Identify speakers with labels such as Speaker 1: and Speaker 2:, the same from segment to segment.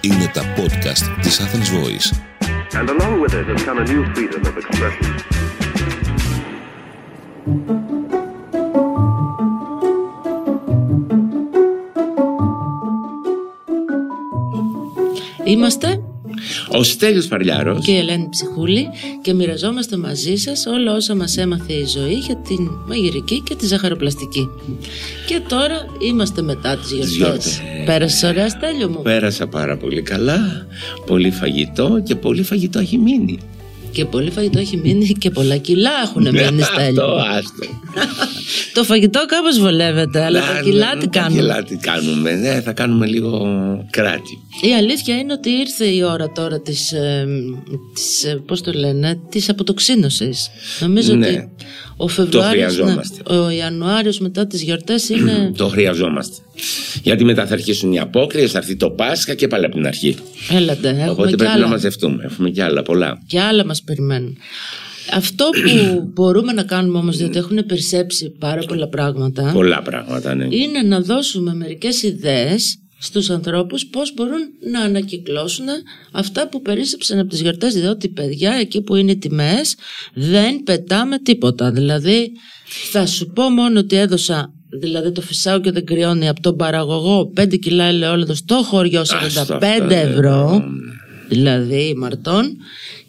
Speaker 1: Είναι τα podcast της Athens Voice.
Speaker 2: And along with it has come a new freedom of expression.
Speaker 3: Είμαστε
Speaker 4: Ο Στέλιος Παρλιάρος
Speaker 3: και η Ελένη Ψυχούλη και μοιραζόμαστε μαζί σας όλα όσα μας έμαθε η ζωή για την μαγειρική και τη ζαχαροπλαστική. Και τώρα είμαστε μετά τις γιορτές.
Speaker 4: γιορτές.
Speaker 3: Πέρασε ωραία Στέλιο μου.
Speaker 4: Πέρασα πάρα πολύ καλά, πολύ φαγητό και πολύ φαγητό έχει μείνει.
Speaker 3: Και πολύ φαγητό έχει μείνει και πολλά κιλά έχουν μείνει Στέλιο.
Speaker 4: Αυτό,
Speaker 3: μου.
Speaker 4: άστο.
Speaker 3: το φαγητό κάπως βολεύεται, αλλά τα
Speaker 4: Να,
Speaker 3: κιλά
Speaker 4: ναι,
Speaker 3: τι
Speaker 4: τα
Speaker 3: κάνουμε.
Speaker 4: κιλά τι κάνουμε, ναι, θα κάνουμε λίγο κράτη.
Speaker 3: Η αλήθεια είναι ότι ήρθε η ώρα τώρα της, ε, της ε, πώς το λένε, της αποτοξίνωσης. Νομίζω
Speaker 4: Ναι.
Speaker 3: ότι ο Φεβρουάριος, ναι,
Speaker 4: χρειαζόμαστε.
Speaker 3: ο Ιανουάριος μετά τις γιορτές είναι...
Speaker 4: Το χρειαζόμαστε. Γιατί μετά θα αρχίσουν οι απόκριες, θα έρθει το Πάσχα και πάλι από την αρχή.
Speaker 3: Έλατε, έχουμε
Speaker 4: Οπότε
Speaker 3: και
Speaker 4: πρέπει
Speaker 3: άλλα,
Speaker 4: να μαζευτούμε. Έχουμε και άλλα πολλά.
Speaker 3: και άλλα μας περιμένουν. Αυτό που μπορούμε να κάνουμε όμως, διότι έχουν περισσέψει πάρα πολλά πράγματα,
Speaker 4: Πολλά πράγματα, ναι.
Speaker 3: είναι να δώσουμε μερικές ιδέες στους ανθρώπους πώς μπορούν να ανακυκλώσουν αυτά που περίσσεψαν από τις γιορτές διότι παιδιά εκεί που είναι οι τιμές δεν πετάμε τίποτα δηλαδή θα σου πω μόνο ότι έδωσα δηλαδή το φυσάω και δεν κρυώνει από τον παραγωγό 5 κιλά ελαιόλαδο στο χωριό 45
Speaker 4: Άστα αυτά, ναι,
Speaker 3: ευρώ
Speaker 4: ναι.
Speaker 3: δηλαδή μαρτών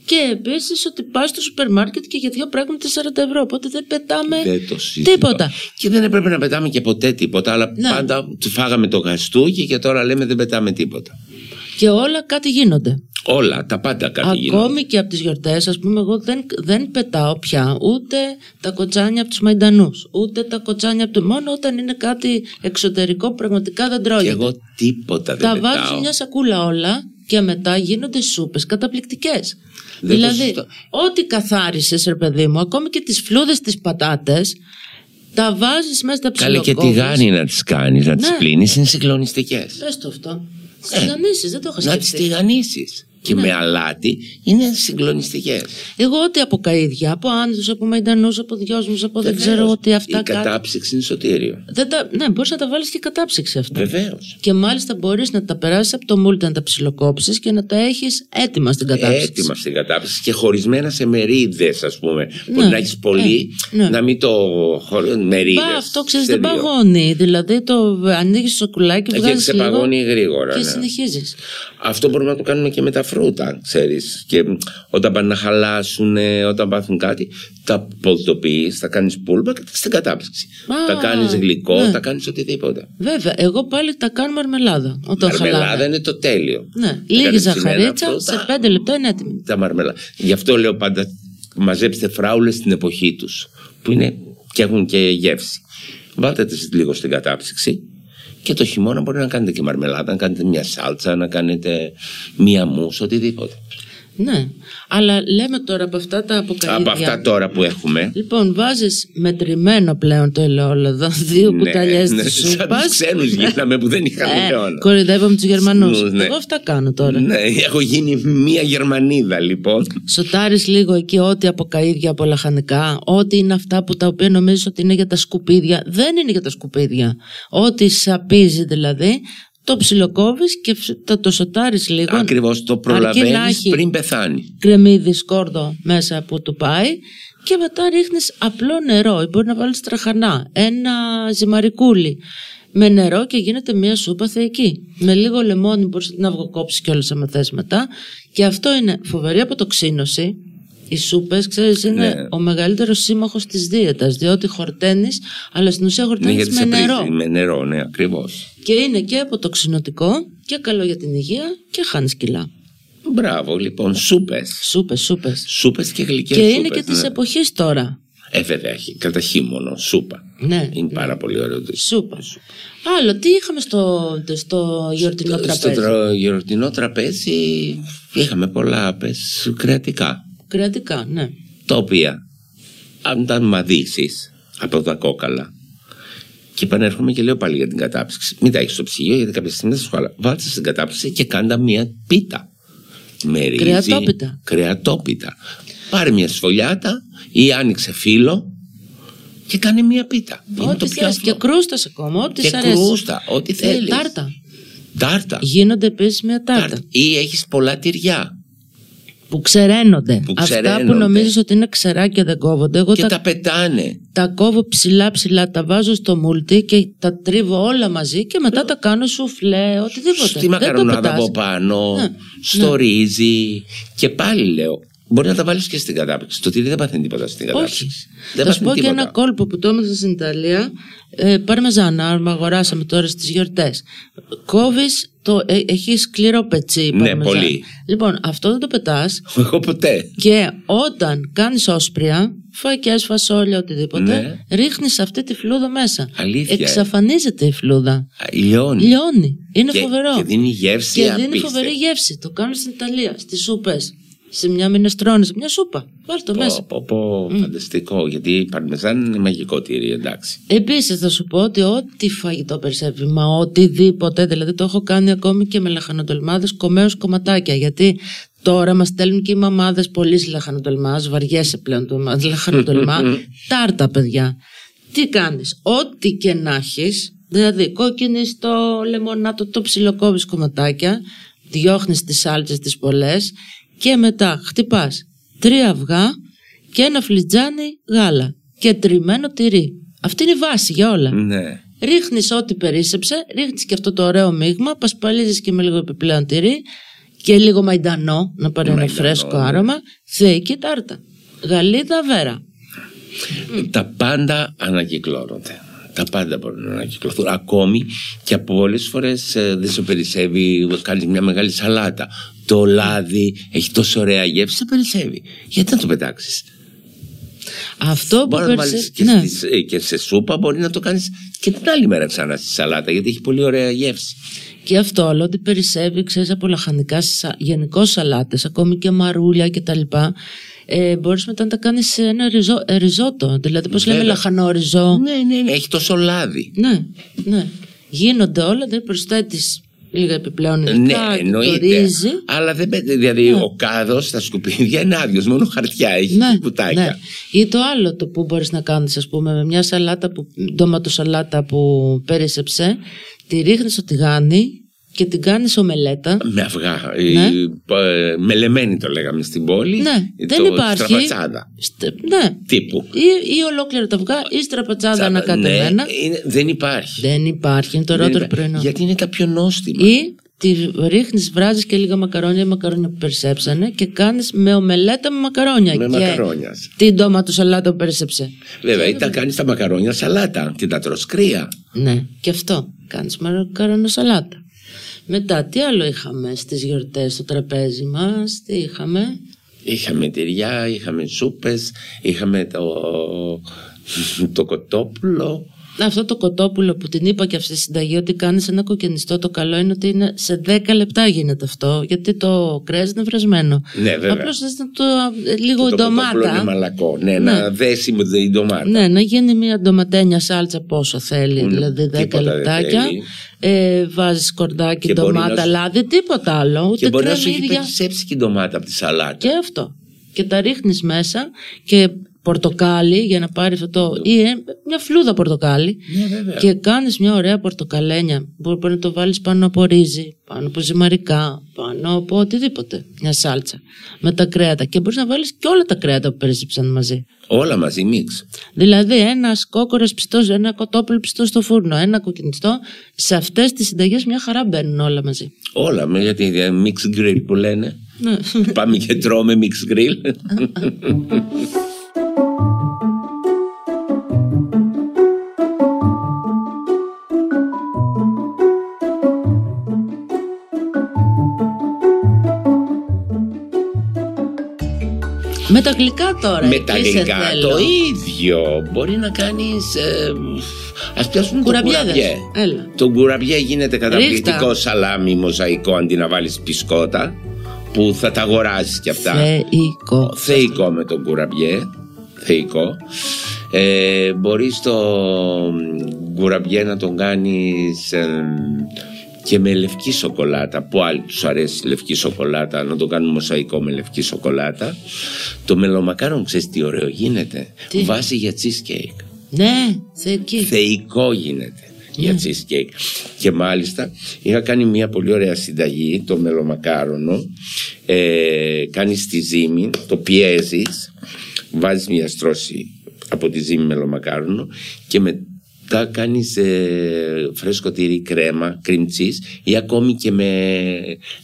Speaker 3: και επίσης ότι πας στο σούπερ μάρκετ και για δύο πράγματα 40 ευρώ οπότε δεν πετάμε
Speaker 4: Δεν το συζητάω.
Speaker 3: Ε, τίποτα
Speaker 4: Και δεν έπρεπε να πετάμε και ποτέ τίποτα, αλλά
Speaker 3: Ναι.
Speaker 4: πάντα φάγαμε το γαστούκι και τώρα λέμε δεν πετάμε τίποτα.
Speaker 3: και όλα κάτι γίνονται
Speaker 4: Όλα, τα πάντα κάτι γίνονται.
Speaker 3: Ακόμη και από τις γιορτές, ας πούμε, εγώ δεν, δεν πετάω πια ούτε τα κοτσάνια από τους Μαϊντανούς, ούτε τα κοτσάνια από το. Μόνο όταν είναι κάτι εξωτερικό που πραγματικά δεν τρώγεται.
Speaker 4: Και εγώ τίποτα δεν
Speaker 3: τα
Speaker 4: πετάω.
Speaker 3: βάζω σε μια σακούλα όλα και μετά γίνονται σούπες καταπληκτικές.
Speaker 4: Δεν το
Speaker 3: Δηλαδή,
Speaker 4: συζητώ.
Speaker 3: ό,τι καθάρισες, ρε παιδί μου, ακόμη και τις φλούδες τις πατάτες, τα βάζεις μέσα στα
Speaker 4: Καλέ και
Speaker 3: ψιλοκόβεις.
Speaker 4: τηγάνι να τις κάνεις, να τις
Speaker 3: Ναι.
Speaker 4: πλύνεις, είναι συγκλονιστικές.
Speaker 3: Πες το αυτό. Στι τηγανίσεις, δεν το Ναι. είχα
Speaker 4: Ε, Να
Speaker 3: σκεφτεί.
Speaker 4: τις τηγανίσεις. Και με αλάτι είναι συγκλονιστικές.
Speaker 3: Εγώ ό,τι από καίδια, από άνδρους, από μαϊντανού, από δυόσμου, από δεν ξέρω
Speaker 4: Βεβαίως.
Speaker 3: ότι αυτά
Speaker 4: Η
Speaker 3: κάτι.
Speaker 4: κατάψυξη είναι σωτήριο.
Speaker 3: Δεν τα... Ναι, μπορείς να τα βάλεις και κατάψυξη αυτά.
Speaker 4: Βεβαίως.
Speaker 3: Και μάλιστα μπορείς να τα περάσεις από το μούλτι να τα ψιλοκόψεις και να τα έχεις έτοιμα στην κατάψυξη.
Speaker 4: Έτοιμα στην κατάψυξη και χωρισμένα σε μερίδες, ας πούμε.
Speaker 3: Ναι.
Speaker 4: Μπορεί να έχεις πολύ,
Speaker 3: Ε, ναι.
Speaker 4: να μην το χωρίζει μερίδε.
Speaker 3: Πα, αυτό ξέρεις δεν παγώνει. Δηλαδή το ανοίγεις το σοκουλάκι,
Speaker 4: Ε, Και
Speaker 3: βγάζεις λίγο
Speaker 4: ξεπαγώνει γρήγορα.
Speaker 3: και
Speaker 4: ναι.
Speaker 3: συνεχίζεις.
Speaker 4: Αυτό μπορούμε να το κάνουμε και με τα φρούτα, ξέρεις. Και μ, όταν πάνε να χαλάσουν, όταν πάθουν κάτι, τα πολτοποιείς, τα κάνεις πούλπα και τα στην κατάψυξη.
Speaker 3: Α,
Speaker 4: τα κάνεις γλυκό,
Speaker 3: ναι.
Speaker 4: τα κάνεις οτιδήποτε.
Speaker 3: Βέβαια, εγώ πάλι τα κάνω μαρμελάδα. Όταν
Speaker 4: Μαρμελάδα
Speaker 3: χαλάνε.
Speaker 4: είναι το τέλειο.
Speaker 3: Ναι,
Speaker 4: Τα
Speaker 3: λίγη
Speaker 4: κάνεις ψημένα
Speaker 3: ζαχαρίτσα,
Speaker 4: φρούτα,
Speaker 3: σε πέντε λεπτά είναι έτοιμη.
Speaker 4: Τα μαρμελά. Γι' αυτό λέω πάντα μαζέψτε φράουλες στην εποχή τους, που είναι και έχουν και γεύση. Βάλτε τις λίγο στην κατάψυξη και το χειμώνα μπορεί να κάνετε και μαρμελάδα, να κάνετε μια σάλτσα, να κάνετε μια μουσ, οτιδήποτε.
Speaker 3: Ναι, αλλά λέμε τώρα από αυτά τα αποκαλύψια.
Speaker 4: Από αυτά τώρα που έχουμε.
Speaker 3: Λοιπόν, βάζεις μετρημένο πλέον το ελαιόλαδο, δύο κουταλιές
Speaker 4: ναι,
Speaker 3: της
Speaker 4: Σαν
Speaker 3: σούπα.
Speaker 4: του ξένου γίναμε που δεν είχαν
Speaker 3: Ε,
Speaker 4: αιώνα.
Speaker 3: κορυδεύαμε τους Γερμανούς.
Speaker 4: Σνούς, ναι.
Speaker 3: Εγώ αυτά κάνω τώρα.
Speaker 4: Ναι, έχω γίνει μία Γερμανίδα λοιπόν.
Speaker 3: Σοτάρεις λίγο εκεί ό,τι από καίδια, από λαχανικά, ό,τι είναι αυτά που τα οποία νομίζεις ότι είναι για τα σκουπίδια. Δεν είναι για τα σκουπίδια. Ό,τι σαπίζει δηλαδή, το ψιλοκόβεις και φυ- το, το σοτάρεις λίγο.
Speaker 4: Ακριβώς το
Speaker 3: Αρκεί να
Speaker 4: προλαβαίνει
Speaker 3: έχει
Speaker 4: πριν πεθάνει.
Speaker 3: κρεμμύδι σκόρδο μέσα που του πάει και μετά ρίχνεις απλό νερό ή μπορεί να βάλεις τραχανά, ένα ζυμαρικούλι με νερό και γίνεται μια σούπα θεϊκή. Με λίγο λεμόνι μπορείς να την αυγοκόψεις και όλες θες μετά και αυτό είναι φοβερή αποτοξίνωση. Οι σούπες, ξέρεις, είναι
Speaker 4: Ναι.
Speaker 3: ο μεγαλύτερος σύμμαχος της δίαιτας, διότι χορταίνεις, αλλά στην ουσία
Speaker 4: Ναι,
Speaker 3: χορταίνεις
Speaker 4: γιατί
Speaker 3: με
Speaker 4: σε πρίζει.
Speaker 3: νερό.
Speaker 4: Με νερό, ναι, ακριβώς.
Speaker 3: Και είναι και αποτοξινωτικό και καλό για την υγεία και χάνεις κιλά.
Speaker 4: Μπράβο, λοιπόν, σούπες.
Speaker 3: Σούπες, σούπες.
Speaker 4: Σούπες και ναι. γλυκές
Speaker 3: Και, είναι και της εποχής τώρα.
Speaker 4: Ε, βέβαια, έχει. Κατά χειμώνο, σούπα.
Speaker 3: Ναι.
Speaker 4: Είναι πάρα πολύ ωραίο το
Speaker 3: Σούπα. Άλλο, τι είχαμε στο, στο γιορτινό
Speaker 4: Στο
Speaker 3: τραπέζι.
Speaker 4: τρο- γιορτινό τραπέζι είχαμε πολλά πες, κρεατικά.
Speaker 3: Κρεατικά, ναι.
Speaker 4: τα οποία αν τα μαδίσεις από τα κόκαλα. Και επανέρχομαι και λέω πάλι για την κατάψυξη. Μην τα έχεις στο ψυγείο γιατί κάποια στιγμή θα σου χαλά. Βάλτε στην κατάψυξη και κάντε μία πίτα. Με ρύζι,
Speaker 3: Κρεατόπιτα.
Speaker 4: κρεατόπιτα. Πάρε μια σφολιάτα ή άνοιξε φύλλο και κάνε μία πίτα. Είναι το
Speaker 3: Ό,τι
Speaker 4: πιο
Speaker 3: θες.
Speaker 4: απλό.
Speaker 3: Και κρούστας ακόμα, ό,τι
Speaker 4: Και
Speaker 3: σ' αρέσει.
Speaker 4: κρούστα, ό,τι
Speaker 3: Ε,
Speaker 4: θέλεις.
Speaker 3: τάρτα.
Speaker 4: Τάρτα.
Speaker 3: Γίνονται επίσης μια τάρτα.
Speaker 4: Τάρτα. Ή έχεις πολλά τυριά.
Speaker 3: Που ξεραίνονται.
Speaker 4: Που
Speaker 3: Αυτά που
Speaker 4: ξεραίνονται.
Speaker 3: νομίζεις ότι είναι ξερά και δεν κόβονται. Εγώ
Speaker 4: και
Speaker 3: τα,
Speaker 4: τα πετάνε.
Speaker 3: τα κόβω ψηλά ψηλά, τα βάζω στο μουλτί και τα τρίβω όλα μαζί και
Speaker 4: Ε,
Speaker 3: μετά τα κάνω σουφλέ, οτιδήποτε.
Speaker 4: Στη
Speaker 3: Δεν το
Speaker 4: μακαρονάδα
Speaker 3: πετάς.
Speaker 4: από πάνω,
Speaker 3: Ναι,
Speaker 4: στο ρύζι. Και πάλι λέω, μπορεί να τα βάλεις και στην κατάπτυξη. Το τυρί δεν παθαίνει τίποτα στην κατάπτυξη.
Speaker 3: Όχι.
Speaker 4: Δεν
Speaker 3: θα σου πω
Speaker 4: παθαίνει
Speaker 3: και
Speaker 4: τίποτα.
Speaker 3: ένα κόλπο που το έμαθα στην Ιταλία. Ε, παρμεζάνα, άμα αγοράσαμε τώρα στις γιορτές. Κόβεις το. ε, έχεις σκληρό πετσί. η
Speaker 4: Ναι,
Speaker 3: παρμεζάνα.
Speaker 4: πολύ.
Speaker 3: Λοιπόν, αυτό δεν το πετάς.
Speaker 4: Εγώ ποτέ.
Speaker 3: Και όταν κάνεις όσπρια, φακέ, φασόλια, οτιδήποτε,
Speaker 4: Ναι.
Speaker 3: ρίχνεις αυτή τη φλούδα μέσα.
Speaker 4: Αλήθεια, ε.
Speaker 3: Εξαφανίζεται η φλούδα.
Speaker 4: Α, Λιώνει.
Speaker 3: Λιώνει. Είναι
Speaker 4: και,
Speaker 3: φοβερό.
Speaker 4: Και δίνει γεύση.
Speaker 3: Και δίνει
Speaker 4: απίστευτη.
Speaker 3: φοβερή γεύση. Το κάνουν στην Ιταλία, στις σούπες. Σε μια μινεστρώνη, σε μια σούπα. Βάλ το μέσα.
Speaker 4: Πω, πω, πω, φανταστικό. Γιατί η παρμεζάν είναι μαγικό τυρί, εντάξει.
Speaker 3: Επίσης, θα σου πω ότι ό,τι φαγητό περισσεύει, μα οτιδήποτε, δηλαδή το έχω κάνει ακόμη και με λαχανοτολμάδες κομμένο κομματάκια. Γιατί τώρα μας στέλνουν και οι μαμάδες πολύ λαχανοτολμάς, βαριέσαι πλέον το μα- λαχανοτολμά, τάρτα παιδιά. Τι κάνεις, ό,τι και να έχεις, δηλαδή κόκκινη στο λεμονάτο, το ψιλοκόβεις κομματάκια, διώχνεις τις σάλτσες τις πολλές και μετά χτυπάς τρία αυγά και ένα φλιτζάνι γάλα και τριμμένο τυρί. Αυτή είναι η βάση για όλα.
Speaker 4: Ναι.
Speaker 3: Ρίχνεις ό,τι περίσσεψε, ρίχνεις και αυτό το ωραίο μείγμα, πασπαλίζεις και με λίγο επιπλέον τυρί και λίγο μαϊντανό να πάρει ένα
Speaker 4: Μαϊντανό,
Speaker 3: φρέσκο
Speaker 4: ναι.
Speaker 3: άρωμα, θεϊκή τάρτα. Γαλίδα βέρα.
Speaker 4: Τα πάντα ανακυκλώνονται. Τα πάντα μπορούν να ανακυκλωθούν. Ακόμη και από πολλέ φορέ δεν σου περισσεύει, κάνεις μια μεγάλη σαλάτα. Το λάδι έχει τόσο ωραία γεύση, σε περισσεύει. Γιατί να το πετάξεις.
Speaker 3: Αυτό που Ναι.
Speaker 4: Μπορείς να το βάλει
Speaker 3: περισσεύει...
Speaker 4: και, στις- ε, και σε σούπα, μπορεί να το κάνεις και την άλλη μέρα ξανά στη σαλάτα, γιατί έχει πολύ ωραία γεύση.
Speaker 3: Και αυτό όλο ότι περισσεύει, ξέρεις, από λαχανικά, σα... γενικώς σαλάτες, ακόμη και μαρούλια κτλ. Ε, Μπορείς μετά να τα κάνεις σε ένα ριζό, ε, ριζότο. Δηλαδή, πώς λέμε,
Speaker 4: Βέβαια.
Speaker 3: λαχανό ριζό.
Speaker 4: Ναι, ναι, ναι, έχει τόσο λάδι.
Speaker 3: Ναι, ναι. Γίνονται όλα, δεν προσθέτεις λίγα επιπλέον
Speaker 4: Ναι,
Speaker 3: υλικά, και το
Speaker 4: εννοείται.
Speaker 3: ρύζι.
Speaker 4: Αλλά δεν πέτει. Δηλαδή, ο κάδος στα σκουπίδια είναι άδειος. Μόνο χαρτιά έχει
Speaker 3: Ναι,
Speaker 4: κουτάκια.
Speaker 3: ναι. Ή το άλλο το που μπορείς να κάνεις ας πούμε με μια σαλάτα που, ντόματο σαλάτα που πέρισεψε τη ρίχνεις στο τηγάνι και την κάνεις ομελέτα
Speaker 4: Με αυγά.
Speaker 3: Ναι.
Speaker 4: Η, ε, μελεμένη το λέγαμε στην πόλη.
Speaker 3: Ναι,
Speaker 4: Ε,
Speaker 3: δεν
Speaker 4: το,
Speaker 3: υπάρχει.
Speaker 4: Στραπατσάδα.
Speaker 3: Στε- ναι.
Speaker 4: Τύπου.
Speaker 3: Ή, ή ολόκληρα τα αυγά ή στραπατσάδα ανακατεμένα.
Speaker 4: Ναι, είναι- δεν υπάρχει.
Speaker 3: Δεν υπάρχει, είναι το
Speaker 4: Δεν
Speaker 3: ρότερο
Speaker 4: υπά-
Speaker 3: πρωινό.
Speaker 4: Γιατί είναι τα πιο νόστιμα.
Speaker 3: Ή τη ρίχνεις, βράζεις και λίγα μακαρόνια, μακαρόνια που περισσέψανε και κάνεις με ομελέτα με μακαρόνια.
Speaker 4: Με
Speaker 3: και
Speaker 4: μακαρόνια.
Speaker 3: Την ντόματο σαλάτα που περισσέψε.
Speaker 4: Βέβαια, ή τα κάνεις τα μακαρόνια σαλάτα και τα τροσκρία.
Speaker 3: Ναι, και αυτό. Κάνεις μακαρόνια σαλάτα. Μετά, τι άλλο είχαμε στις γιορτές, στο τραπέζι μας, τι είχαμε.
Speaker 4: Είχαμε τυριά, είχαμε σούπες, είχαμε το, το κοτόπουλο.
Speaker 3: Αυτό το κοτόπουλο που την είπα και αυτή στη συνταγή ότι κάνεις ένα κοκκινιστό το καλό είναι ότι είναι σε 10 λεπτά γίνεται αυτό γιατί το κρέας είναι βρασμένο.
Speaker 4: Ναι, βέβαια.
Speaker 3: Απλώς θες να το ε, λίγο
Speaker 4: το κοτόπουλο
Speaker 3: ντομάτα.
Speaker 4: είναι μαλακό. Ναι, ένα δέσιμο η ντομάτα.
Speaker 3: Ναι, να γίνει μια ντοματένια σάλτσα πόσο θέλει,
Speaker 4: Μμ,
Speaker 3: δηλαδή 10
Speaker 4: τίποτα δεν
Speaker 3: λεπτάκια.
Speaker 4: θέλει.
Speaker 3: Ε, Βάζεις κορδάκι,
Speaker 4: Και μπορεί
Speaker 3: ντομάτα,
Speaker 4: να σου-
Speaker 3: λάδι, τίποτα άλλο. Ούτε
Speaker 4: και μπορεί να σου έχει
Speaker 3: κρεμμύδια.
Speaker 4: περισσέψει και η ντομάτα από τη σαλάτα.
Speaker 3: Και αυτό. Και τα ρίχνεις μέσα και πορτοκάλι για να πάρεις αυτό το. ή ε, μια φλούδα πορτοκάλι.
Speaker 4: Ναι, βέβαια.
Speaker 3: Και κάνεις μια ωραία πορτοκαλένια. Μπορεί, μπορεί να το βάλεις πάνω από ρύζι, πάνω από ζυμαρικά, πάνω από οτιδήποτε. Μια σάλτσα. Με τα κρέατα. Και μπορείς να βάλεις και όλα τα κρέατα που περίσσεψαν μαζί.
Speaker 4: Όλα μαζί, μίξ.
Speaker 3: Δηλαδή, ένας κόκορα πιστός, ένα κοτόπουλο πιστό στο φούρνο, ένα κοκκινιστό, σε αυτές τις συνταγές μια χαρά μπαίνουν όλα μαζί.
Speaker 4: Όλα, με- γιατί ε, mix grill που λένε.
Speaker 3: Ναι.
Speaker 4: Πάμε και τρώμε mix grill.
Speaker 3: Με τα γλυκά τώρα.
Speaker 4: με
Speaker 3: εκεί
Speaker 4: τα
Speaker 3: σε
Speaker 4: γλυκά
Speaker 3: θέλω.
Speaker 4: το ίδιο. Μπορεί να κάνεις... Ε, ας πιάσουμε
Speaker 3: Κουραμπιέδες.
Speaker 4: το κουραμπιέ.
Speaker 3: Έλα.
Speaker 4: Το κουραμπιέ γίνεται καταπληκτικό
Speaker 3: Ρίχτα.
Speaker 4: σαλάμι μοζαϊκό αντί να βάλεις πισκότα που θα τα αγοράσεις κι αυτά.
Speaker 3: Θεϊκό.
Speaker 4: Θεϊκό με τον κουραμπιέ. Θεϊκό. Ε, μπορείς το κουραμπιέ να τον κάνεις ε, και με λευκή σοκολάτα. Που άλλοι τους αρέσει η λευκή σοκολάτα, να το κάνουν μοσαϊκό με λευκή σοκολάτα. Το μελομακάρον ξέρεις τι ωραίο γίνεται.
Speaker 3: Τι?
Speaker 4: Βάση για cheesecake.
Speaker 3: Ναι, θεϊκή.
Speaker 4: Θεϊκό γίνεται για cheesecake. Και μάλιστα είχα κάνει μια πολύ ωραία συνταγή, το μελομακάρονο. Ε, κάνεις τη ζύμη, το πιέζεις, βάζεις μια στρώση από τη ζύμη μελομακάρονο και μετά κάνεις ε, φρέσκο τυρί κρέμα, cream cheese ή ακόμη και με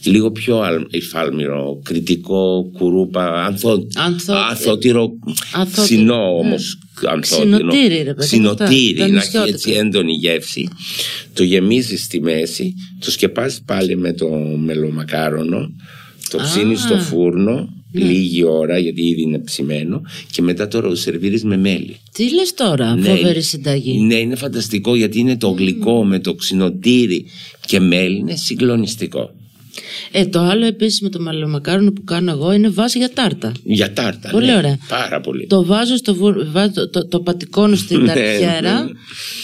Speaker 4: λίγο πιο αλ- υφάλμηρο, κριτικό, κουρούπα, ανθό,
Speaker 3: Ανθό-
Speaker 4: ανθότυρο,
Speaker 3: Ανθότυρο,
Speaker 4: ξινό
Speaker 3: ναι.
Speaker 4: όμως, ανθότινο.
Speaker 3: Ξινοτήρι, ρε παιδί,
Speaker 4: Ξινοτήρι,
Speaker 3: αυτά, τα
Speaker 4: να έχει
Speaker 3: νησιώτικα.
Speaker 4: έτσι έντονη γεύση. Το γεμίζεις στη μέση, το σκεπάζεις πάλι με το μελομακάρονο, το
Speaker 3: Α. Ναι.
Speaker 4: ψήνεις στο φούρνο λίγη ώρα γιατί ήδη είναι ψημένο και μετά τώρα το σερβίρεις με μέλι.
Speaker 3: Τι λες τώρα,
Speaker 4: Ναι, είναι-
Speaker 3: φοβερή συνταγή. Mm.
Speaker 4: Ναι, είναι φανταστικό γιατί είναι το γλυκό με το ξινοτήρι και μέλι, είναι συγκλονιστικό.
Speaker 3: Ε, το άλλο επίσης με το μαλλιομακάρονο που κάνω εγώ είναι βάση για τάρτα.
Speaker 4: Για τάρτα.
Speaker 3: Πολύ
Speaker 4: ναι.
Speaker 3: ωραία.
Speaker 4: Πάρα πολύ.
Speaker 3: Το βάζω στο βουρ... βάζω το, το, το πατικώνω στην
Speaker 4: Ναι,
Speaker 3: ταρτιέρα
Speaker 4: ναι, ναι.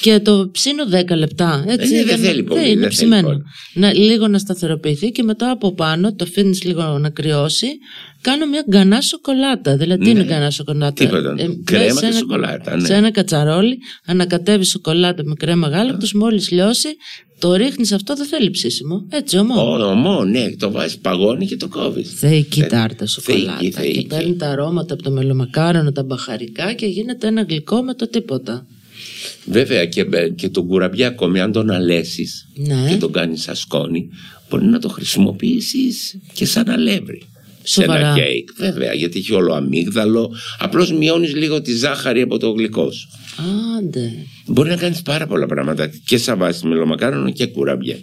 Speaker 3: και το ψήνω 10 λεπτά. Έτσι,
Speaker 4: Ε, ναι, δεν θέλει πολύ,
Speaker 3: Ναι,
Speaker 4: δεν
Speaker 3: είναι
Speaker 4: θέλει
Speaker 3: ψημένο.
Speaker 4: πολύ.
Speaker 3: Να, λίγο να σταθεροποιηθεί και μετά από πάνω το αφήνεις λίγο να κρυώσει. Κάνω μια γκανά σοκολάτα. Δηλαδή, τι
Speaker 4: Ναι.
Speaker 3: είναι γκανά σοκολάτα.
Speaker 4: Τίποτα. Κρέμα
Speaker 3: βάζεις
Speaker 4: και
Speaker 3: ένα-
Speaker 4: σοκολάτα, ναι.
Speaker 3: Σε ένα κατσαρόλι, ανακατεύει σοκολάτα με κρέμα γάλακτος, μόλις λιώσει, το ρίχνεις αυτό, δεν θέλει ψήσιμο. Έτσι, ομό.
Speaker 4: Ο, ομό, ναι, το βάζεις παγώνει και το κόβεις.
Speaker 3: Θεϊκή
Speaker 4: Θε-
Speaker 3: τάρτα σοκολάτα.
Speaker 4: θεϊκή, θεϊκή.
Speaker 3: Και παίρνει τα αρώματα από το μελομακάρονο, τα μπαχαρικά και γίνεται ένα γλυκό με το τίποτα.
Speaker 4: Βέβαια και, και τον κουραμπιά ακόμη, αν τον αλέσεις
Speaker 3: Ναι.
Speaker 4: και τον κάνεις σαν σκόνη, μπορεί να το χρησιμοποιήσεις και σαν αλεύρι. Σε
Speaker 3: Σοβαρά.
Speaker 4: ένα κέικ, βέβαια, γιατί έχει όλο αμύγδαλο. Απλώς μειώνεις λίγο τη ζάχαρη από το γλυκός σου.
Speaker 3: Άντε.
Speaker 4: Μπορεί να κάνεις πάρα πολλά πράγματα και σαν βάση μελομακάρονο και κουραμπιέ.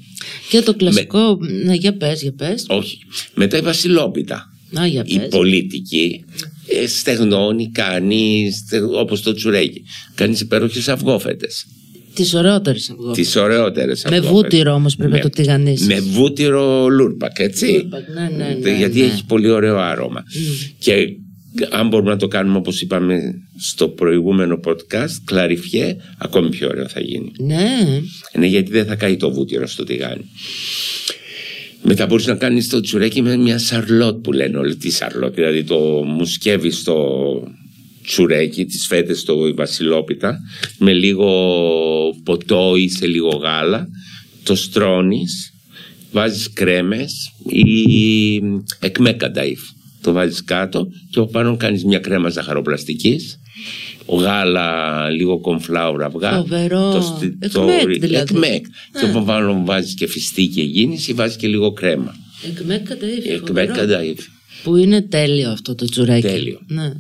Speaker 3: Και το κλασικό. Ναι, για πες, για πες.
Speaker 4: Όχι. Μετά η βασιλόπιτα.
Speaker 3: Να, για
Speaker 4: Η
Speaker 3: πε.
Speaker 4: πολιτική ε, στεγνώνει, κάνει στε- όπως το τσουρέκι. Κάνεις υπέροχες αυγόφετες.
Speaker 3: Τις ωραιότερες εγώ.
Speaker 4: Τις ωραιότερες
Speaker 3: Με
Speaker 4: αυγόφετες.
Speaker 3: βούτυρο όμως πρέπει
Speaker 4: Με-
Speaker 3: να το τηγανίσεις.
Speaker 4: Με βούτυρο λούρπακ, έτσι.
Speaker 3: Λούρπακ, ναι, ναι, ναι,
Speaker 4: Γιατί
Speaker 3: ναι.
Speaker 4: έχει πολύ ωραίο άρωμα. Και αν μπορούμε να το κάνουμε όπως είπαμε στο προηγούμενο podcast, κλαριφιέ, ακόμη πιο ωραίο θα γίνει.
Speaker 3: Ναι.
Speaker 4: Ναι, γιατί δεν θα καεί το βούτυρο στο τηγάνι. Μετά μπορείς να κάνεις το τσουρέκι με μια σαρλότ που λένε όλοι. Τι σαρλότ, δηλαδή το μουσκεύεις στο τσουρέκι, τις φέτες στο η βασιλόπιτα, με λίγο ποτό ή σε λίγο γάλα, το στρώνεις, βάζεις κρέμες ή εκμέκα νταΐφ. Το βάζεις κάτω και από πάνω κάνεις μια κρέμα ζαχαροπλαστικής, γάλα, λίγο κομφλάουρα αυγά.
Speaker 3: Φοβερό.
Speaker 4: Το, στι- το,
Speaker 3: Εκμέκ,
Speaker 4: ρι-
Speaker 3: δηλαδή.
Speaker 4: εκμέκ. Και
Speaker 3: Α.
Speaker 4: από πάνω βάζεις και φιστίκι εγίνηση, βάζεις και λίγο κρέμα.
Speaker 3: Εκμέκα τα ύφη,
Speaker 4: Εκμέκ
Speaker 3: φοβερό.
Speaker 4: κανταήφι.
Speaker 3: Που είναι τέλειο αυτό το τσουρέκι.
Speaker 4: Τέλειο.
Speaker 3: Ναι.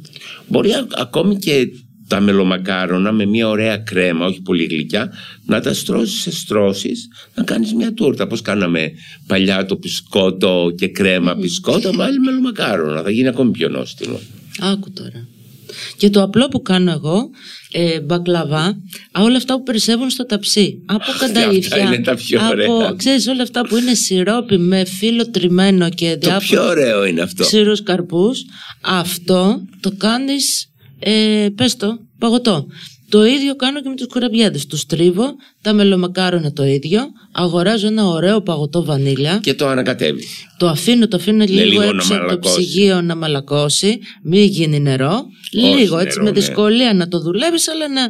Speaker 4: Μπορεί ακ- ακόμη και τα μελομακάρονα με μια ωραία κρέμα, όχι πολύ γλυκιά, να τα στρώσεις σε στρώσεις, να κάνεις μια τούρτα. Πώς κάναμε παλιά το πισκότο και κρέμα πισκότο, βάλει μελομακάρονα. Θα γίνει ακόμη πιο νόστιμο.
Speaker 3: Άκου τώρα. Και το απλό που κάνω εγώ, ε, μπακλαβά, α, όλα αυτά που περισσεύουν στο ταψί. Από κανταήφια.
Speaker 4: αυτά είναι τα πιο ωραία.
Speaker 3: από, ξέρεις, όλα αυτά που είναι σιρόπι με φύλλο τριμμένο και
Speaker 4: Το
Speaker 3: διάφορα.
Speaker 4: πιο ωραίο είναι αυτό.
Speaker 3: ξηρούς καρπούς αυτό το κάνεις ε, πες το παγωτό το ίδιο κάνω και με τους κουραμπιάδες τους τρίβω τα μελομακάρονα το ίδιο αγοράζω ένα ωραίο παγωτό βανίλια
Speaker 4: Και το ανακατεύεις.
Speaker 3: το αφήνω, το αφήνω λίγο,
Speaker 4: Ναι, λίγο να
Speaker 3: έξω από το
Speaker 4: μαλακώσει.
Speaker 3: ψυγείο να μαλακώσει, μην γίνει νερό.
Speaker 4: Όχι
Speaker 3: λίγο
Speaker 4: νερό,
Speaker 3: έτσι με
Speaker 4: ναι.
Speaker 3: δυσκολία να το δουλεύεις αλλά να...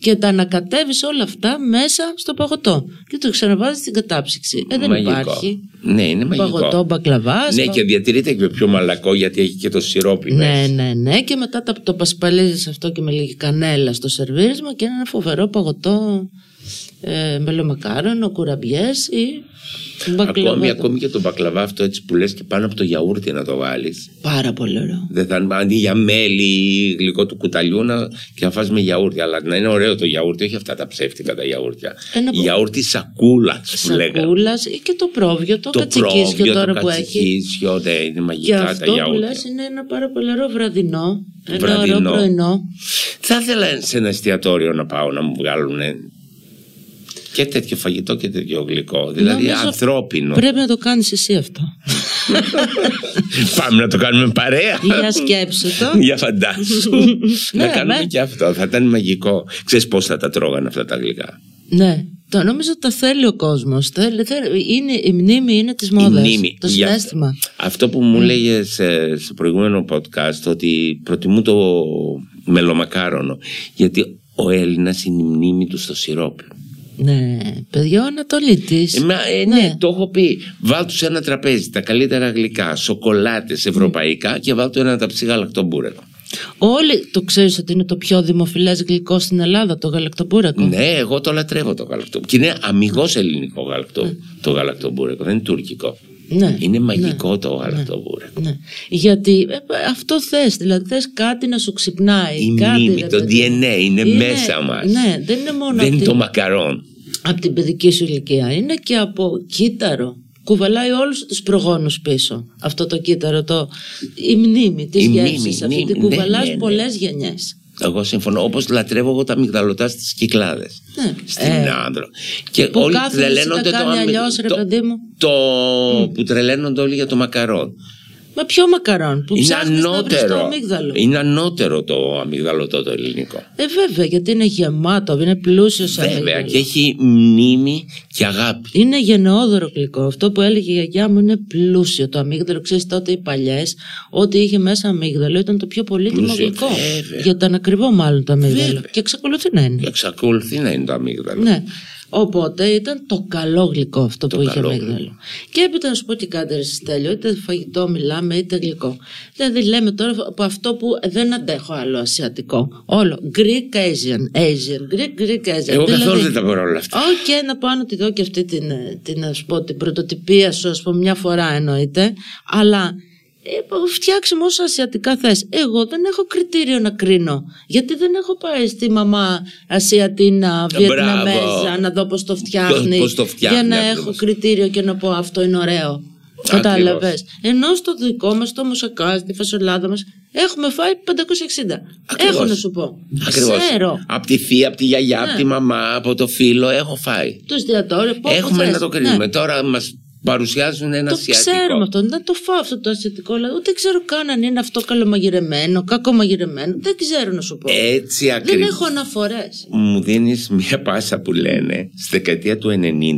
Speaker 3: και τα ανακατεύεις όλα αυτά μέσα στο παγωτό. Και το ξαναβάζεις στην κατάψυξη. Ε, δεν
Speaker 4: Μαγικό.
Speaker 3: υπάρχει.
Speaker 4: Ναι, είναι μαγικό.
Speaker 3: Παγωτό, μπακλαβάς.
Speaker 4: Ναι,
Speaker 3: πα-
Speaker 4: και διατηρείται και πιο μαλακό γιατί έχει και το σιρόπι μέσα.
Speaker 3: Ναι, ναι, ναι. Και μετά τα- το πασπαλίζεις αυτό και με λίγη κανέλα στο σερβίρισμα και ένα φοβερό παγωτό ε, μελομακάρονο, κουραμπιές ή μπακλαβά.
Speaker 4: Ακόμη, ακόμη και τον μπακλαβά αυτό έτσι που λες και πάνω από το γιαούρτι να το βάλεις.
Speaker 3: Πάρα πολύ ωραίο.
Speaker 4: Δεν θα, αντί για μέλι ή γλυκό του κουταλιού να, και να φας με γιαούρτι. Αλλά να είναι ωραίο το γιαούρτι, όχι αυτά τα ψεύτικα τα γιαούρτια.
Speaker 3: Ένα από-
Speaker 4: Γιαούρτι σακούλας που λέγαμε.
Speaker 3: Σακούλας ή και το πρόβιο, το, κατσικίσιο
Speaker 4: πρόβιο,
Speaker 3: τώρα
Speaker 4: το
Speaker 3: που έχει.
Speaker 4: κατσικίσιο, ναι, είναι
Speaker 3: Και
Speaker 4: μαγικά τα
Speaker 3: αυτό που
Speaker 4: γιαούρτια.
Speaker 3: λες είναι ένα πάρα πολύ ωραίο βραδινό. Ένα
Speaker 4: Βραδινό.
Speaker 3: ωραίο πρωινό.
Speaker 4: Θα ήθελα σε ένα εστιατόριο να πάω να μου βγάλουν και τέτοιο φαγητό και τέτοιο γλυκό. Δηλαδή
Speaker 3: Νομίζω
Speaker 4: ανθρώπινο.
Speaker 3: Πρέπει να το κάνεις εσύ αυτό.
Speaker 4: Πάμε να το κάνουμε παρέα.
Speaker 3: Για σκέψου το.
Speaker 4: Για φαντάσου. να
Speaker 3: Ναι,
Speaker 4: κάνουμε
Speaker 3: ναι.
Speaker 4: και αυτό. Θα ήταν μαγικό. Ξέρεις πώς θα τα τρώγανε αυτά τα γλυκά.
Speaker 3: Ναι. Το νομίζω τα θέλει ο κόσμος. Είναι, η μνήμη είναι της
Speaker 4: Η
Speaker 3: μόδα.
Speaker 4: μνήμη.
Speaker 3: Το
Speaker 4: Για-
Speaker 3: συνέστημα. Mm.
Speaker 4: Αυτό που μου λέγε σε, σε προηγούμενο podcast ότι προτιμούν το μελομακάρονο. Γιατί ο Έλληνας είναι η μνήμη του στο σιρόπι.
Speaker 3: Ναι, παιδιό Ανατολίτης.
Speaker 4: Ε, μα, ε, ναι, το έχω πει. Βάλ σε ένα τραπέζι τα καλύτερα γλυκά, σοκολάτες
Speaker 3: Ναι.
Speaker 4: ευρωπαϊκά και βάλ του ένα ταψί γαλακτομπούρεκο.
Speaker 3: Όλοι το ξέρεις ότι είναι το πιο δημοφιλές γλυκό στην Ελλάδα, το γαλακτοπούρακο.
Speaker 4: Ναι, εγώ το λατρεύω το γαλακτό. Και είναι αμυγός ελληνικό γαλακτό. Το γαλακτομπούρεκο, δεν είναι τουρκικό.
Speaker 3: Ναι,
Speaker 4: Είναι μαγικό το γαλακτομπούρεκο.
Speaker 3: Ναι. Γιατί ε, ε, αυτό θες, δηλαδή θες κάτι να σου ξυπνάει.
Speaker 4: Η
Speaker 3: κάτι, δηλαδή
Speaker 4: μνήμη,
Speaker 3: ρε
Speaker 4: το
Speaker 3: παιδί.
Speaker 4: DNA είναι μέσα μας.
Speaker 3: Ναι, δεν είναι μόνο
Speaker 4: Δεν
Speaker 3: από,
Speaker 4: είναι το
Speaker 3: την,
Speaker 4: μακαρόν.
Speaker 3: από την παιδική σου ηλικία, είναι και από κύτταρο. Κουβαλάει όλους τους προγόνους πίσω. Αυτό το κύτταρο, το, η μνήμη της
Speaker 4: Η μνήμη,
Speaker 3: γεύσης,
Speaker 4: η
Speaker 3: αυτή
Speaker 4: μνήμη,
Speaker 3: την
Speaker 4: ναι,
Speaker 3: κουβαλάς
Speaker 4: ναι, ναι.
Speaker 3: πολλές γενιές.
Speaker 4: Εγώ συμφωνώ. Όπως λατρεύω εγώ τα αμυγδαλωτά στις κυκλάδες.
Speaker 3: Ναι.
Speaker 4: Στην
Speaker 3: Ε,
Speaker 4: άνδρο. Και
Speaker 3: που
Speaker 4: όλοι
Speaker 3: κάθε
Speaker 4: τρελαίνονται
Speaker 3: νησί τα
Speaker 4: το,
Speaker 3: κάνει
Speaker 4: αμυ-
Speaker 3: αλλιώς, ρε
Speaker 4: το,
Speaker 3: παιδί μου.
Speaker 4: το που τρελαίνονται όλοι για το μακαρόν.
Speaker 3: Μα ποιο μακαρόν που
Speaker 4: είναι
Speaker 3: ψάχνεις να βρεις το
Speaker 4: ανώτερο.
Speaker 3: αμύγδαλο.
Speaker 4: Είναι ανώτερο το αμυγδαλωτό το ελληνικό.
Speaker 3: Ε, βέβαια, γιατί είναι γεμάτο, είναι πλούσιος σε
Speaker 4: Βέβαια
Speaker 3: αμύγδαλα.
Speaker 4: και έχει μνήμη και αγάπη.
Speaker 3: Είναι γενναιόδωρο γλυκό. Αυτό που έλεγε η γιαγιά μου είναι πλούσιο το αμύγδαλο. Ξέρεις τότε οι παλιές, ό,τι είχε μέσα αμύγδαλο ήταν το πιο πολύτιμο
Speaker 4: Πλούσιο, Ε,
Speaker 3: γλυκό.
Speaker 4: βέβαια.
Speaker 3: Για ήταν ακριβό μάλλον το αμύγδαλο.
Speaker 4: Βέβαια.
Speaker 3: Και εξακολουθεί να είναι.
Speaker 4: Και εξακολουθεί να είναι το αμύγδαλο.
Speaker 3: Ναι. Οπότε ήταν το καλό γλυκό αυτό
Speaker 4: Το
Speaker 3: που είχε
Speaker 4: καλό
Speaker 3: αμύγδαλο. Και έπειτα να σου πω και κάτι ρε Στέλιο, είτε φαγητό μιλάμε είτε γλυκό. Δηλαδή λέμε τώρα από αυτό που δεν αντέχω άλλο ασιατικό. Όλο. Greek Asian. Asian. Greek, Greek Asian.
Speaker 4: Εγώ καθόλου
Speaker 3: Δηλαδή,
Speaker 4: δεν τα μπορώ όλα αυτά.
Speaker 3: όχι, να πάνω τη δω και αυτή την, ε, την, ας πω, την πρωτοτυπία σου, ας πούμε, μια φορά εννοείται. Αλλά ε, φτιάξε μου όσα ασιατικά θες. Εγώ δεν έχω κριτήριο να κρίνω. Γιατί δεν έχω πάει στη μαμά Ασιατίνα,
Speaker 4: Ε, Μπράβο.
Speaker 3: Βιετναμέζα, να δω πώς το φτιάχνει.
Speaker 4: Πώς το φτιάχνει
Speaker 3: για να
Speaker 4: ακριβώς.
Speaker 3: έχω κριτήριο και να πω αυτό είναι ωραίο.
Speaker 4: Ακριβώς.
Speaker 3: Κατάλαβες. Ενώ στο δικό μας, το μουσακάς, στη φασολάδα μας, έχουμε φάει 560.
Speaker 4: Ακριβώς.
Speaker 3: Έχω να σου πω.
Speaker 4: Ακριβώς.
Speaker 3: Ξέρω. Ναι.
Speaker 4: Απ' τη θεία, απ' τη γιαγιά, απ' τη μαμά, από το φίλο έχω φάει.
Speaker 3: Το εστιατόριο, πω, πω
Speaker 4: Έχουμε
Speaker 3: θες.
Speaker 4: να το
Speaker 3: Ναι.
Speaker 4: κρίνουμε. Τώρα μας παρουσιάζουν ένα
Speaker 3: Το
Speaker 4: ασιατικό.
Speaker 3: ξέρουμε αυτό. Δεν το φάω αυτό το ασιατικό. αλλά ούτε ξέρω καν αν είναι αυτό καλομαγειρεμένο, κακομαγειρεμένο. Δεν ξέρω να
Speaker 4: Ε,
Speaker 3: σου πω.
Speaker 4: Έτσι
Speaker 3: δεν
Speaker 4: ακριβώς.
Speaker 3: έχω αναφορές.
Speaker 4: Μου δίνεις μία πάσα που λένε στη δεκαετία του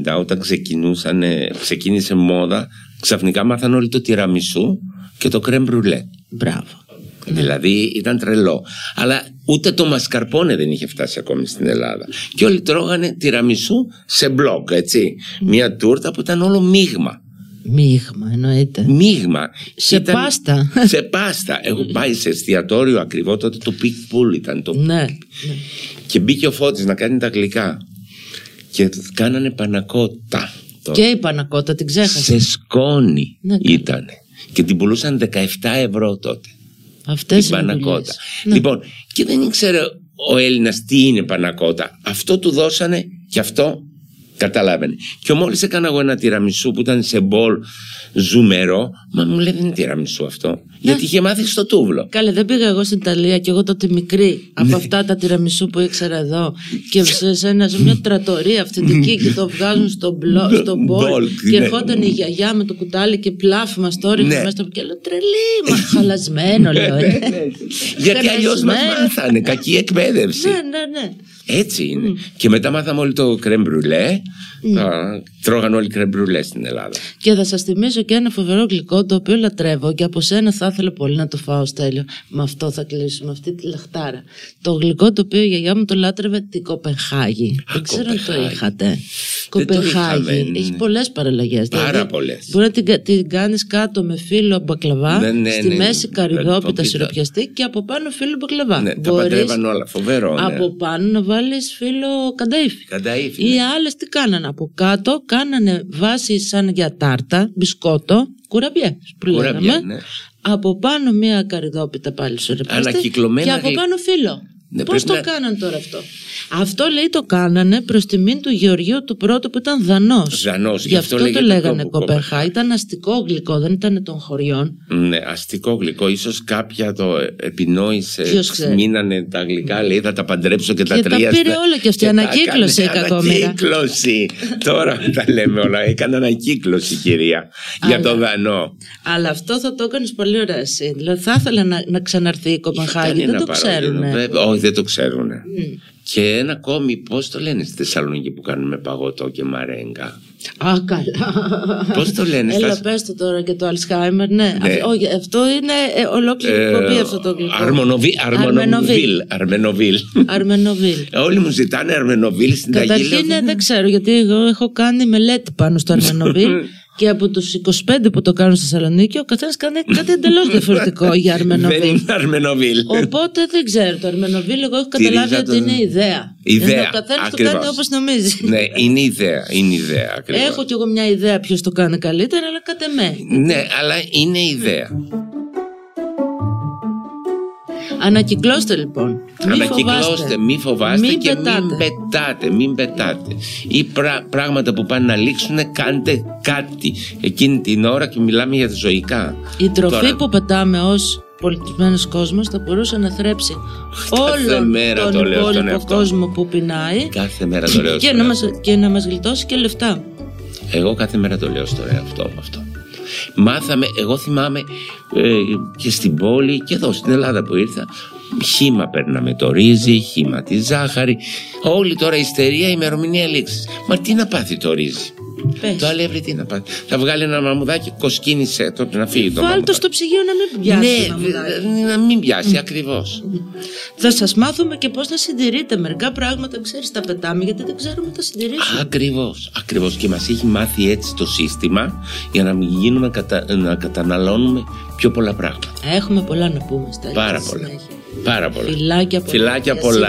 Speaker 4: 90 όταν ξεκινούσαν, ξεκίνησε μόδα. Ξαφνικά μάθαν όλοι το τυραμισού και το κρέμ μπρουλέ.
Speaker 3: Ναι. Μπράβο.
Speaker 4: Δηλαδή ήταν τρελό. Αλλά ούτε το μασκαρπόνε δεν είχε φτάσει ακόμη στην Ελλάδα. Και όλοι τρώγανε τυραμισού σε μπλοκ, έτσι. Μία τούρτα που ήταν όλο μείγμα.
Speaker 3: Μείγμα εννοείται.
Speaker 4: Μείγμα.
Speaker 3: Σε πάστα.
Speaker 4: Σε πάστα. Έχω πάει σε εστιατόριο ακριβό τότε το Big Pool ήταν. Το...
Speaker 3: Ναι.
Speaker 4: Και μπήκε ο Φώτης να κάνει τα γλυκά. Και κάνανε πανακότα. Το-
Speaker 3: Και η Πανακότα την ξέχασα.
Speaker 4: Σε σκόνη
Speaker 3: Ναι, καλά.
Speaker 4: ήτανε. Και την πουλούσαν 17 ευρώ τότε.
Speaker 3: Αυτές
Speaker 4: την
Speaker 3: είναι. οι
Speaker 4: πανακότα.
Speaker 3: δουλειές. Ναι.
Speaker 4: Λοιπόν, και δεν ήξερε ο Έλληνας τι είναι πανακότα. Αυτό του δώσανε και αυτό καταλάβαινε. Και μόλις έκανα εγώ ένα τυραμισού που ήταν σε μπολ ζουμερό, μα μου λέει δεν είναι τυραμισού αυτό.
Speaker 3: Ναι.
Speaker 4: Γιατί είχε μάθει στο τούβλο.
Speaker 3: Καλέ, δεν πήγα εγώ στην Ιταλία και εγώ τότε μικρή
Speaker 4: Ναι.
Speaker 3: από αυτά τα τυραμισού που ήξερα εδώ και σε, σε ένα, σε μια τρατορία αυθεντική και το βγάζουν στο, μπλο, στο μπολ
Speaker 4: Μπολ,
Speaker 3: και
Speaker 4: ναι.
Speaker 3: ερχόταν η γιαγιά με το κουτάλι και πλάφι μας το όριξε
Speaker 4: Ναι.
Speaker 3: μέσα στο και λέω τρελή, μα χαλασμένο λέω. ε.
Speaker 4: Γιατί αλλιώς μας
Speaker 3: Χαλασμένο.
Speaker 4: μάθανε. Κακή εκπαίδευση.
Speaker 3: Ναι, ναι, ναι.
Speaker 4: Έτσι είναι.
Speaker 3: Mm.
Speaker 4: Και μετά μάθαμε όλοι το κρεμπρουλέ. Τρώγαν όλοι κρεμπρουλέ στην Ελλάδα.
Speaker 3: Και θα σας θυμίσω και ένα φοβερό γλυκό το οποίο λατρεύω και από σένα θα ήθελα πολύ να το φάω, Στέλιο. Με αυτό θα κλείσω, με αυτή τη λαχτάρα. Το γλυκό το οποίο η γιαγιά μου το λάτρευε την Κοπενχάγη.
Speaker 4: Α,
Speaker 3: Δεν ξέρω αν το
Speaker 4: Κοπενχάγη.
Speaker 3: είχατε.
Speaker 4: Δεν το είχαμε,
Speaker 3: Κοπενχάγη.
Speaker 4: ναι.
Speaker 3: Έχει πολλές παραλλαγές.
Speaker 4: Πάρα πολλές.
Speaker 3: Μπορεί να την, κα- την κάνεις κάτω με φύλλο μπακλαβά,
Speaker 4: Ναι, ναι,
Speaker 3: στη
Speaker 4: ναι, ναι.
Speaker 3: μέση καριδόπιτα
Speaker 4: Καριδόπιτα.
Speaker 3: σιροπιαστή και από πάνω φύλλο μπακλαβά.
Speaker 4: Ναι, τα
Speaker 3: Μπορείς
Speaker 4: παντρεύαν όλα. Φοβερό. Ναι.
Speaker 3: από πάνω να βάλεις φύλλο κανταήφι.
Speaker 4: Κανταήφι,
Speaker 3: Οι
Speaker 4: ναι.
Speaker 3: άλλες τι κάνανε από κάτω, κάνανε βάση σαν για τάρτα, μπισκότο, κουραμπιέ που
Speaker 4: Κουραμπιέ,
Speaker 3: λέγαμε.
Speaker 4: ναι.
Speaker 3: Από πάνω μία καριδόπιτα πάλι σου
Speaker 4: Ανακυκλωμένα
Speaker 3: Και από
Speaker 4: γλυ-
Speaker 3: πάνω φύλλο.
Speaker 4: Ναι,
Speaker 3: Πώς
Speaker 4: πρέπει
Speaker 3: το
Speaker 4: να-
Speaker 3: κάναν τώρα αυτό. Αυτό λέει το κάνανε προς τιμήν του Γεωργίου του πρώτου που ήταν Δανός.
Speaker 4: Δανός,
Speaker 3: Γι' αυτό,
Speaker 4: λέγεται
Speaker 3: το λέγανε
Speaker 4: κόμπο-
Speaker 3: Κοπεχά. Ήταν αστικό γλυκό, δεν ήταν των χωριών.
Speaker 4: Ναι, αστικό γλυκό. Ίσως κάποια το επινόησε.
Speaker 3: Ποιος ξέρει. Mm.
Speaker 4: Μείνανε τα γλυκά, λέει, θα τα παντρέψω και,
Speaker 3: Και τα
Speaker 4: τα τρία.
Speaker 3: πήρε
Speaker 4: στα-
Speaker 3: όλα και αυτή,
Speaker 4: τα
Speaker 3: ανακύκλωση
Speaker 4: έκανε.
Speaker 3: η κακόμοιρα.
Speaker 4: Ανακύκλωση. Τώρα τα λέμε όλα. Έκανε ανακύκλωση, κυρία. για
Speaker 3: Αλλά-
Speaker 4: τον Δανό.
Speaker 3: Αλλά αυτό θα το έκανες πολύ ωραία εσύ. Δηλαδή θα ήθελα να, να ξαναρθεί η Κοπενχάγη.
Speaker 4: Κανένα
Speaker 3: Δεν το
Speaker 4: παρόμοιο,
Speaker 3: ξέρουν.
Speaker 4: βέβαια. Όχι, δεν το ξέρουν. Και ένα ακόμη, πώς το λένε στη Θεσσαλονίκη που κάνουμε παγωτό και μαρέγγα.
Speaker 3: Α, καλά.
Speaker 4: Πώς το λένε
Speaker 3: Έλα,
Speaker 4: στα-
Speaker 3: πες το τώρα και το Αλσχάιμερ, ναι.
Speaker 4: Ναι.
Speaker 3: Αυ- όχι, αυτό είναι ε, ολόκληρη εκπομπή αυτό το γλυκό.
Speaker 4: Αρμονοβί- Αρμονοβίλ. Αρμενοβίλ.
Speaker 3: Αρμενοβίλ.
Speaker 4: Όλοι μου ζητάνε Αρμενοβίλ στην
Speaker 3: Καταρχήν
Speaker 4: Ταγίλα.
Speaker 3: ε, δεν ξέρω, γιατί εγώ έχω κάνει μελέτη πάνω στο Αρμενοβίλ και από τους 25 που το κάνουν στη Θεσσαλονίκη, ο καθένας κάνει κάτι εντελώς διαφορετικό για
Speaker 4: Δεν
Speaker 3: Αρμενοβίλ.
Speaker 4: είναι Αρμενοβίλ.
Speaker 3: Οπότε δεν ξέρω το Αρμενοβίλ, εγώ έχω
Speaker 4: Τη
Speaker 3: καταλάβει
Speaker 4: ρίζα
Speaker 3: ότι
Speaker 4: των-
Speaker 3: είναι ιδέα.
Speaker 4: Ιδέα,
Speaker 3: Ενώ ο καθένας το
Speaker 4: ακριβώς.
Speaker 3: κάνει όπως νομίζει.
Speaker 4: Ναι, είναι ιδέα. Είναι ιδέα ακριβώς.
Speaker 3: Έχω κι εγώ μια ιδέα ποιος το κάνει καλύτερα, αλλά κατά με.
Speaker 4: Ναι, αλλά είναι ιδέα.
Speaker 3: Ανακυκλώστε λοιπόν. Μη
Speaker 4: Ανακυκλώστε,
Speaker 3: φοβάστε.
Speaker 4: μη φοβάστε
Speaker 3: Μην
Speaker 4: και
Speaker 3: πετάτε.
Speaker 4: μην πετάτε, μην πετάτε. Ή πρα- πράγματα που πάνε να λήξουν, κάντε κάτι. Εκείνη την ώρα και μιλάμε για ζωικά.
Speaker 3: Η τροφή
Speaker 4: Τώρα-
Speaker 3: που πετάμε ως πολιτισμένος κόσμος θα μπορούσε να θρέψει όλον
Speaker 4: μέρα
Speaker 3: τον
Speaker 4: το λέω στον
Speaker 3: υπόλοιπο
Speaker 4: εαυτό μου.
Speaker 3: κόσμο που πεινάει
Speaker 4: Κάθε μέρα το λέω
Speaker 3: και
Speaker 4: στον
Speaker 3: να,
Speaker 4: εαυτό
Speaker 3: μας, και να μας γλιτώσει και λεφτά.
Speaker 4: μου. Εγώ κάθε μέρα το λέω στον εαυτό μου αυτό. Μάθαμε, εγώ θυμάμαι ε, και στην πόλη και εδώ στην Ελλάδα που ήρθα, χήμα παίρναμε το ρύζι, χήμα τη ζάχαρη. Όλη τώρα η ιστερία, η ημερομηνία λήξης. Μα τι να πάθει το ρύζι.
Speaker 3: Πες.
Speaker 4: Το αλεύρι τι να πάει. Θα βγάλει ένα μαμουδάκι, κοσκίνησε τότε να φύγει το
Speaker 3: Βάλ' το
Speaker 4: μαμουδάκι.
Speaker 3: στο ψυγείο να μην πιάσει
Speaker 4: ναι,
Speaker 3: το μαμουδάκι.
Speaker 4: δε- να μην πιάσει ακριβώς.
Speaker 3: Θα σας μάθουμε και πώς να συντηρείτε μερικά πράγματα, ξέρεις τα πετάμε γιατί δεν ξέρουμε να τα συντηρήσουμε.
Speaker 4: Ακριβώς, ακριβώς. Και μας έχει μάθει έτσι το σύστημα για να μην γίνουμε κατα- να καταναλώνουμε πιο πολλά πράγματα.
Speaker 3: Έχουμε πολλά να πούμε στα
Speaker 4: Πάρα
Speaker 3: στη
Speaker 4: πολλά.
Speaker 3: συνέχεια.
Speaker 4: Πάρα πολλά.
Speaker 3: Φιλάκια πολλά.
Speaker 4: Φιλάκια
Speaker 3: Γεια
Speaker 4: πολλά.